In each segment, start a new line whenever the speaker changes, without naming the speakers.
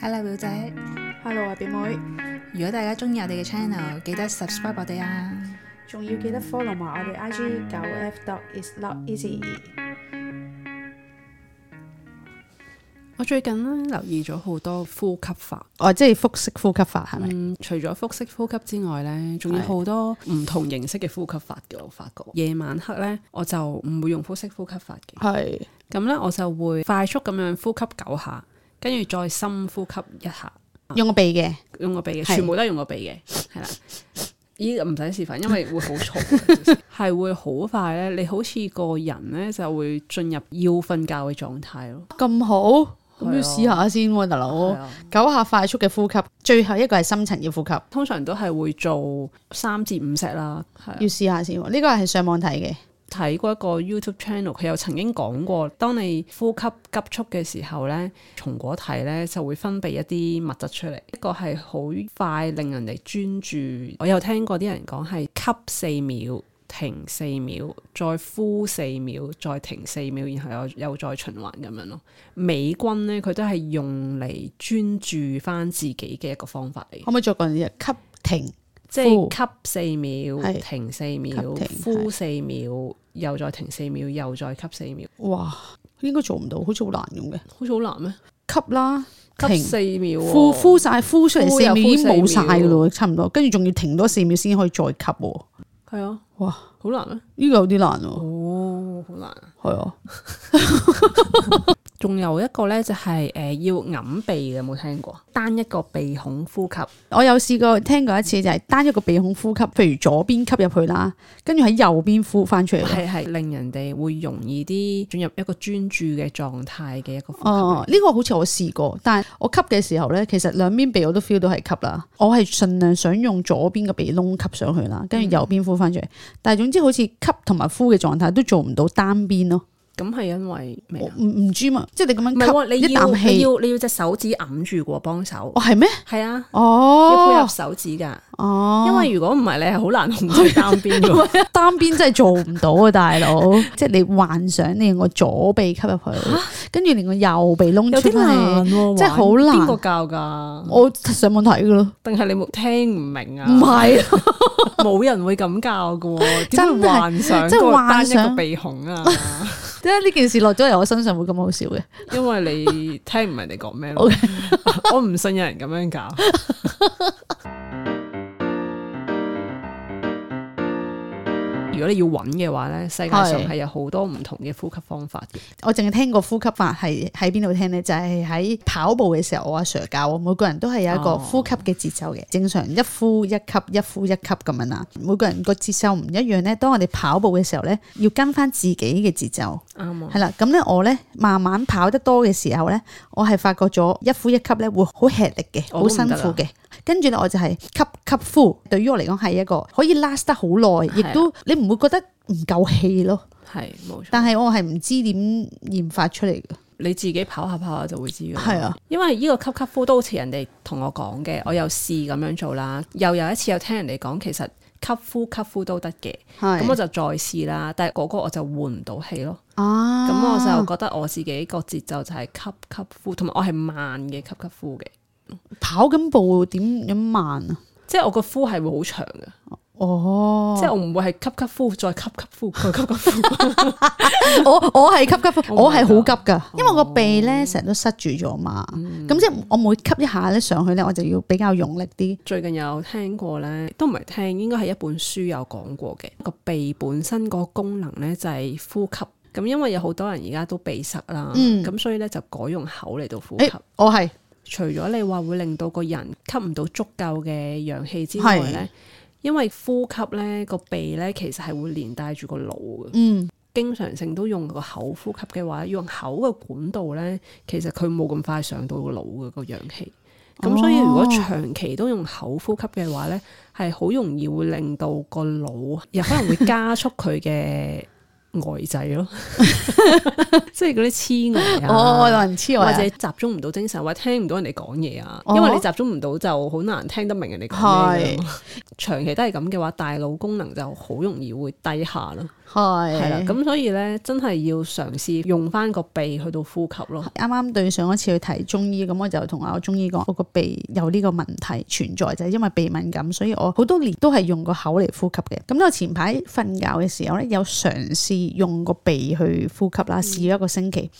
Hello 表姐，
Hello 啊，表妹，
如果大家中意我哋嘅 channel，記得 subscribe 我哋啊！
仲要記得 follow 埋我哋 IG 九 F dot is not easy。我最近咧留意咗好多呼吸法，
哦，即係腹式呼吸法係咪？
嗯，除咗腹式呼吸之外咧，仲有
係
好多唔同形式嘅呼吸法嘅。我發覺夜晚黑咧，我就唔會用腹式呼吸法嘅，
係
咁咧我就會快速咁樣呼吸九下，跟住再深呼吸一下。
用個鼻嘅，
用個鼻嘅，
係
全部都係用個鼻嘅， 係啦。依個唔使示範，因為會好 嘈，係會好快咧。你好似個人咧就會進入要瞓覺嘅狀態咯。
咁好，
係啊
咁要試下先喎，大
係
佬。
啊
九下快速嘅呼吸，最後一個係深層要呼吸，
通常都係會做三至五 set 啦。係啊
要試下先喎。呢個係上網睇嘅，
睇過一個 YouTube channel，佢有曾經講過，當你呼吸急促嘅時候咧，松果體咧就會分泌一啲物質出嚟，一個係好快令人哋專注。我有聽過啲人講係吸四秒。停四秒，再呼四秒，再停四秒，然後又又再循環咁樣咯。美軍咧，佢都係用嚟專注翻自己嘅一個方法嚟嘅。
可唔可以再講一次吸停？
即
呼
係吸四秒，
係
停四秒
吸，停
呼
係
四秒，又再停四秒，又再吸四秒，
哇，應該做唔到，好似好難咁嘅。
好似好難咩？
吸啦，
吸
停
四秒喎，
呼呼晒，呼出嚟
呼
四
又
秒已經
呼
冇
四
晒
秒
噶咯，差唔多。跟住仲要停多四秒先可以再吸喎。
係啊，
哇，
好難咩？
呢個有啲難喎，
哦，好難啊。
係啊，
仲有一個咧，就係
呃
誒要揞鼻嘅，有冇聽過？單一個鼻孔呼吸，
我有試過聽過一次，就係單一個鼻孔呼吸，譬如左邊吸入去啦，跟住喺右邊呼翻出嚟咯。
係係令人哋會容易啲進入一個專注嘅狀態嘅一個呼吸嚟。
哦，呢、個好似我試過，但係我吸嘅時候呢，其實兩邊鼻我都 feel 到係吸啦。我係盡量想用左邊嘅鼻窿吸上去啦，跟
嗯
住右邊呼翻出嚟。但係總之好似吸同埋呼嘅狀態都做唔到單邊咯。
咁係因為咩
我
啊？
唔唔知嘛，即係你
唔係
咁
喎，
樣吸
你
一
要
啖
你
氣，
要你要隻手指揞住個幫手
哦，係咩？
係啊，要配合
哦
手指㗎。
哦，
因為如果唔係，你係好難控制單邊 嘅。
單邊真係做唔到啊，大佬！即係你幻想你用個左鼻吸入去，跟住連個右鼻窿
有
出
啲
翻嚟
難，喎，
真係好難
邊個教㗎？
我上網睇噶咯，
定係你冇聽唔明啊？
唔係。
冇人會咁教嘅喎，點
真
會
係
幻想
真係
個單
幻
一個
想
鼻孔 啊？
點解呢件事落咗嚟我身上會咁好笑嘅？
因為你聽唔明你講咩咯。 我唔信有人咁樣 教。如果你要揾嘅話咧，世界上
係
係有好多唔同嘅呼吸方法嘅。
我淨係聽過呼吸法係喺邊度聽呢？就係、喺跑步嘅時候，我阿 Sir 教我，每個人都係有一個
哦
呼吸嘅節奏嘅，正常一呼一吸，一呼一吸咁樣啦。每個人個節奏唔一樣呢。當我哋跑步嘅時候呢，要跟翻自己嘅節奏，
啱啊，
係啦。咁呢，我呢，慢慢跑得多嘅時候呢，我係發覺咗一呼一吸呢會好吃力嘅，
我
好
哦都唔得
辛
啦
苦嘅。跟住呢，我就係吸吸呼，對於我嚟講係一個可以 last 得好耐，
啊
亦都你唔會覺得唔夠氣咯。
係冇錯。
但係我係唔知點研發出嚟嘅。
你自己跑下跑下就會知㗎啦。
係啊，
因為呢個吸吸呼都好似人哋同我講嘅，我有試咁樣做啦。又有一次有聽人哋講，其實吸呼吸呼都得嘅，
係
咁我就再試啦。但係嗰個我就換唔到氣咯，
啊，
咁、我就覺得我自己個節奏就係吸吸呼，同埋我係慢嘅吸吸呼嘅，
跑緊步點樣慢啊？
即係我個呼係會好長嘅，
哦，
即係我唔會係吸吸呼再吸吸呼再吸吸呼。
我我係急急，
Oh
我
my
係好啊哦急㗎，因為我個鼻咧成日都塞住咗嘛，咁即係我每吸一下咧上去咧，我就要比較用力啲。
最近有聽過咧，都唔係聽，應該係一本書有講過嘅。個鼻本身個功能咧就係呼吸，咁因為有好多人而家都鼻塞啦，
嗯
咁、所以咧就改用口嚟到呼吸。
誒，我係
除咗你話會令到個人吸唔到足夠嘅氧氣之外咧，因為呼吸咧個鼻咧其實係會連帶住個腦嘅。
嗯，
經常性都用個口呼吸嘅話，用口嘅管道咧，其實佢冇咁快上到個腦嘅個氧氣。
哦
咁所以如果長期都用口呼吸嘅話咧，係好容易會令到個腦又可能會加速佢嘅呆滯 咯， 即係嗰啲痴呆
我有
啊。
人黐我
或
啊
者集中唔到精神，或者聽唔到人哋講嘢啊，
哦
因為你集中唔到就好難聽得明人哋講咩㗎嘛。長期都係咁嘅話，大腦功能就好容易會低下咯。
係
係啦，
係啦。
咁所以咧，真係要嘗試用翻個鼻去到呼吸咯。
啱啱對上一次去睇中醫，咁我就同我中醫講，我個鼻有呢個問題存在，就係、因為鼻敏感，所以我好多年都係用個口嚟呼吸嘅。咁我前排瞓覺嘅時候咧，有嘗試用個鼻去呼吸啦，試咗一個星期。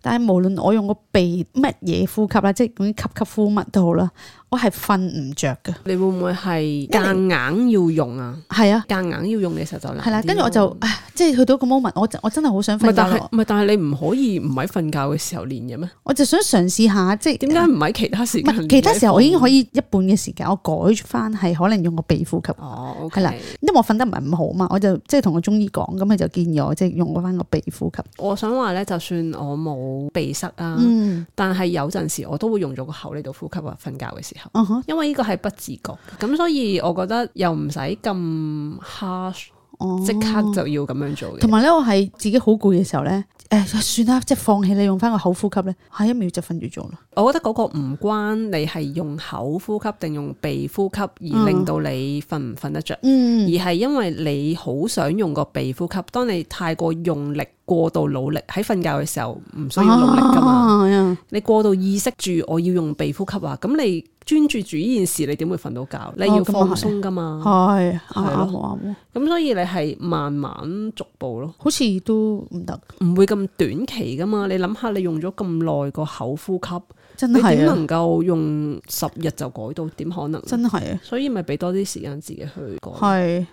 但係無論我用個鼻乜嘢呼吸啦，即係咁吸吸呼乜都好啦，我係瞓唔着嘅。
你會唔會係夾硬要用啊？
係啊，
夾硬要用嘅時候就難啲
係啦，跟住我就
咯
唉即係去到個 moment，我就我真係好想
唔係，
瞓
但
覺
係
咯，
唔係，但係你唔可以唔喺瞓覺嘅時候練嘅咩？
我就想嘗試下，即係
點解唔喺其他時
唔
間練
係
呢？
其他時候我已經可以一半嘅時間，我改翻係可能用個鼻呼吸，
哦，OK，
係啦因為我瞓得唔係咁好嘛，我就即係同個中醫講，咁佢就建議我即係用翻個鼻呼吸。
我想話咧，就算我冇鼻塞啊，
嗯，
但係有陣時我都會用咗個口嚟到呼吸啊，瞓覺嘅時候。
嗯哼
因為呢個係不自覺，咁所以我覺得又唔使咁 harsh，
哦
即刻就要咁樣做
同
嘅。
埋咧，我係自己好攰嘅時候咧，誒算啦，即係放棄你用翻個口呼吸咧，下一秒就瞓住咗啦。
我覺得嗰個唔關你係用口呼吸定用鼻呼吸而
嗯
令到你瞓唔瞓得着，而
嗯，
係因為你好想用個鼻呼吸，當你太過用力、過度努力喺瞓覺嘅時候，唔需要努力㗎嘛。
啊係啊
你過度意識住我要用鼻呼吸啊，咁你專注住呢件事，你點會瞓到覺？你要
咁啊係
放鬆噶嘛，
係啱
係咯
啱喎啱喎
咁所以你係慢慢逐步咯，
好似都唔得，
唔會咁短期噶嘛。你諗下，你用咗咁耐個口呼吸，
真
你點
係啊，
能夠用十日就改到？點可能？
真係啊，
所以咪俾多啲時間自己去改。
係。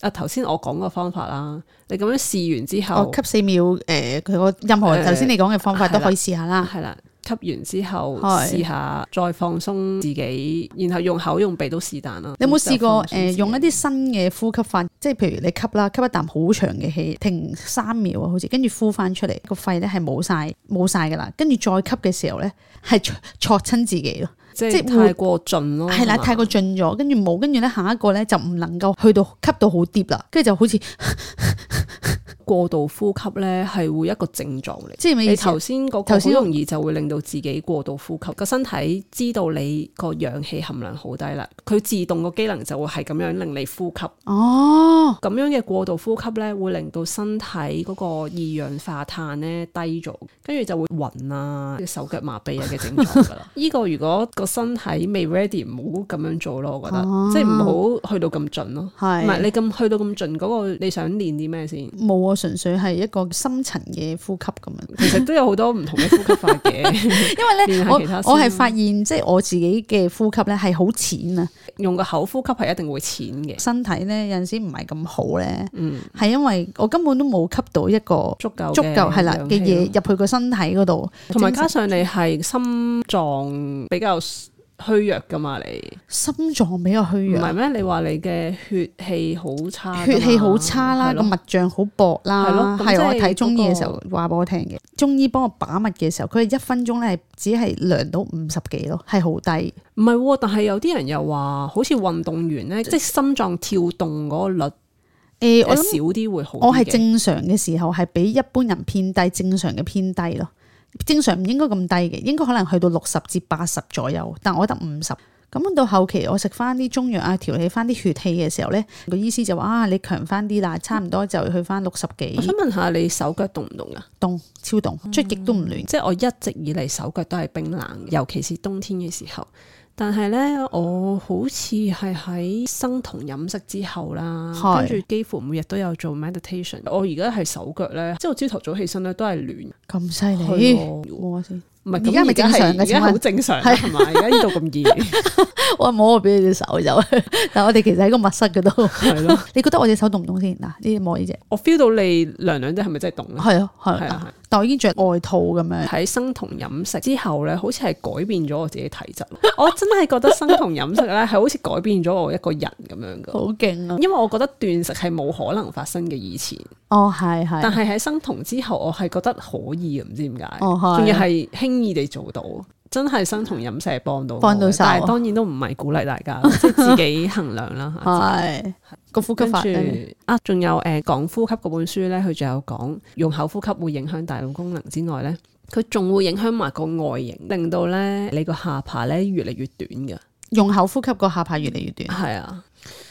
啊，頭先我講個方法啦，你咁樣試完之後
我，哦吸四秒，誒、佢個任何
誒
頭先你講嘅方法
係
都
啦
可以試下啦。
啊係啦，吸完之後
係
試下再放鬆自己，然後用口用鼻都是但啦。
你有冇
咁就
試過
放鬆
誒、
自己
用一啲新嘅呼吸法？即係譬如你吸啦，吸一啖好長嘅氣，停三秒啊，好似跟住呼翻出嚟，個肺咧係冇晒冇晒㗎啦。跟住再吸嘅時候咧，係 戳戳親自己咯，
即
即
係
係會
太過盡咯，
係啦，
嘛
太過盡咗，跟住冇，跟住咧下一個咧就唔能夠去到吸到好 deep 啦，跟住就好似
過度呼吸咧，係會一個症狀嚟。
即係咩
你
意思啊？
頭先嗰個
頭
好
先
容易就會令到自己過度呼吸，個身體知道你個氧氣含量好低啦，佢自動個機能就會係咁樣令你呼吸。
哦，
咁樣嘅過度呼吸咧，會令到身體嗰個二氧化碳咧低咗，跟住就會暈啊、手腳麻痹啊嘅症狀 㗎啦。呢個如果個身體未 ready，唔好咁樣做咯，我覺得，
哦
即係唔好去到咁盡咯。唔係
係
你咁去到咁盡嗰個，你想練啲咩先？
冇啊，純粹係一個深層嘅呼吸咁 樣。
其實都有好多唔同嘅呼吸法嘅，
因為
練
咧，
下
我
其他先
我係
啦
發現即係我自己嘅呼吸咧係好淺啊，
用個口呼吸係一定會淺嘅。
身體咧有陣時唔係咁好咧，
嗯，
係因為我根本都冇吸到一個
足夠
足夠係啦嘅嘢
嘢，
入去個身體嗰度，
同埋
精
加上你係心臟比較虛弱噶嘛，你
神心臟比較虛
唔係
弱，啊
咩？你話你嘅血氣好差㗎嘛，
血氣好差啦，
啊係
個
咯
脈象好薄
係咯
啦，
咁即
係
係
我睇中醫嘅
嗰個
時候話俾我聽嘅，中醫幫我把脈嘅時候，佢係一分鐘咧係只係量到五十幾咯，係好低，
唔係喎，但係有啲人又話，好似運動員咧，即係心臟跳動嗰個率
誒
呃
我
少
諗。
啲會好啲嘅。
我係正常嘅時候係比一般人偏低，正常嘅偏低咯。正常唔應該咁低嘅，應該可能去到六十至八十左右，但我得五十。咁到後期我食翻啲中藥啊，調理翻啲血氣嘅時候呢，個醫師就話啊，你強翻啲啦，差唔多就去翻六十
我
幾
想問下你手腳凍唔凍啊？
凍，超凍，出極都唔暖。
即係我一直以嚟手腳都係冰冷嘅，尤其是冬天嘅時候。但係呢，我好似係喺生酮飲食之後啦，跟
係
住幾乎每日都有做 meditation。我而家係手腳呢，即係我朝頭早起身呢都係暖，
咁犀
係
利，
喎
摸下先。
唔係
而家
咁
咪正常嘅
而家
請問
好正常啊啦係嘛？而家呢度咁熱，
我摸我俾你隻手就， 但我哋其實喺個密室嗰度。
係咯，
你覺得我隻手凍唔凍先？嗱，呢摸呢隻，
我 feel 到你涼涼啲，係咪真係凍咧？
係啊係
係
啊，
啊，
但我已經着外套咁樣。
喺生酮飲食之後咧，好似係改變咗我自己體質。我真係覺得生酮飲食咧係好似改變咗我一個人咁樣噶。
好勁啊！
因為我覺得斷食係冇可能發生嘅以前，
哦，係係
但。係喺生酮之後，我係覺得可以啊嘅，唔知點解，
哦係
仲要係輕易地做到，真係生酮飲食係幫到我嘅，
幫到手
但係當然都唔係鼓勵大 家，即係自己衡量啦嚇。
系個呼吸
跟
法
住
咧，
啊，仲有誒講呼吸嗰本書咧，佢仲有講用口呼吸會影響大腦功能之外咧，佢仲會影響埋個外形，令到咧你個下巴咧越嚟越短嘅。
用口呼吸個下巴越嚟越短。
係啊，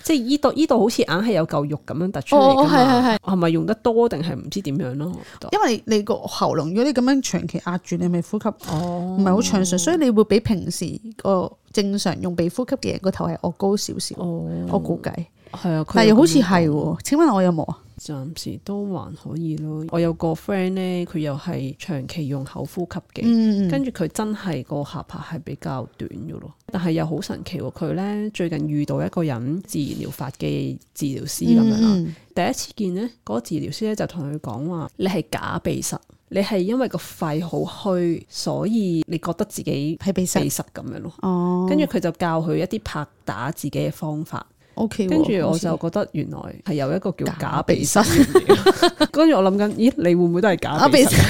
即係依度依度好似硬係有嚿肉咁樣突出嚟
哦
㗎
哦，係係
嘛，
係，
係咪用得多定係唔知點樣咯？我覺得
因為你個喉嚨，如果你咁樣長期壓住，你咪呼吸
哦
唔係好暢順，所以你會比平時個正常用鼻呼吸嘅人個頭係惡高少少，
哦，
我估計。
係啊，佢
但
有
又好
咁
似
樣
係喎，請問我有冇啊？
暫時都還可以咯。我有個 friend 咧，佢又係長期用口呼吸嘅，
嗯，
跟住佢真係個下巴係比較短嘅咯。但係又好神奇喎，佢咧最近遇到一個人自然療法嘅治療師咁樣啦。
嗯
第一次見呢，嗰、個治療師咧就同佢講話：你係假鼻塞，你係因為個肺好虛，所以你覺得自己
係鼻塞
鼻塞咁樣咯。
哦，
跟住佢就教佢一啲拍打自己嘅方法，
O K，
跟住
好
我
似
就覺得原來係有一個叫假
假
鼻
鼻
塞
塞
嘅嘢。跟住我諗緊，咦，你會唔會都係假
我
鼻
鼻
塞？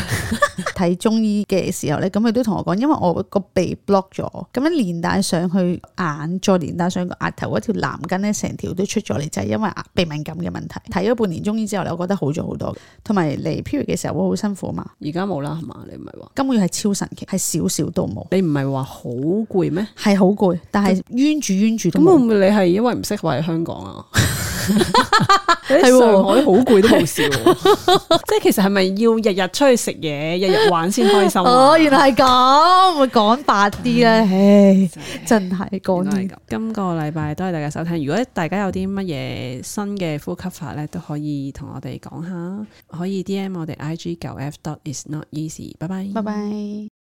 睇中醫嘅時候咧，咁佢都同我講，因為我個鼻 block 咗，咁樣連帶上去眼，再連帶上個額頭嗰條藍筋咧，成條都出咗嚟，就係、因為啊鼻敏感嘅問題。睇咗半年中醫之後咧，我覺得好咗好多，同埋嚟 period 嘅時候會好辛苦嘛，
而家冇啦，係嘛？你唔係話
今個月係超神奇，係少少都冇，
你唔係話好攰咩？
係好攰，但係冤住冤住都
咁會
冇。
唔會你係因為唔識話喺香港啊？你
係
喺
喎
上海好攰都冇笑喎， 即係其實係咪要日日出去食嘢，日日玩先開心 啊？
哦，原來係咁，會講白啲咧，唉，真係講
原來係
呢
咁。今個禮拜多謝大家收聽。如果大家有啲乜嘢新嘅呼吸法咧，都可以同我哋講下，可以 D M 我哋 I G 九 F dot is not easy。拜拜，
拜拜。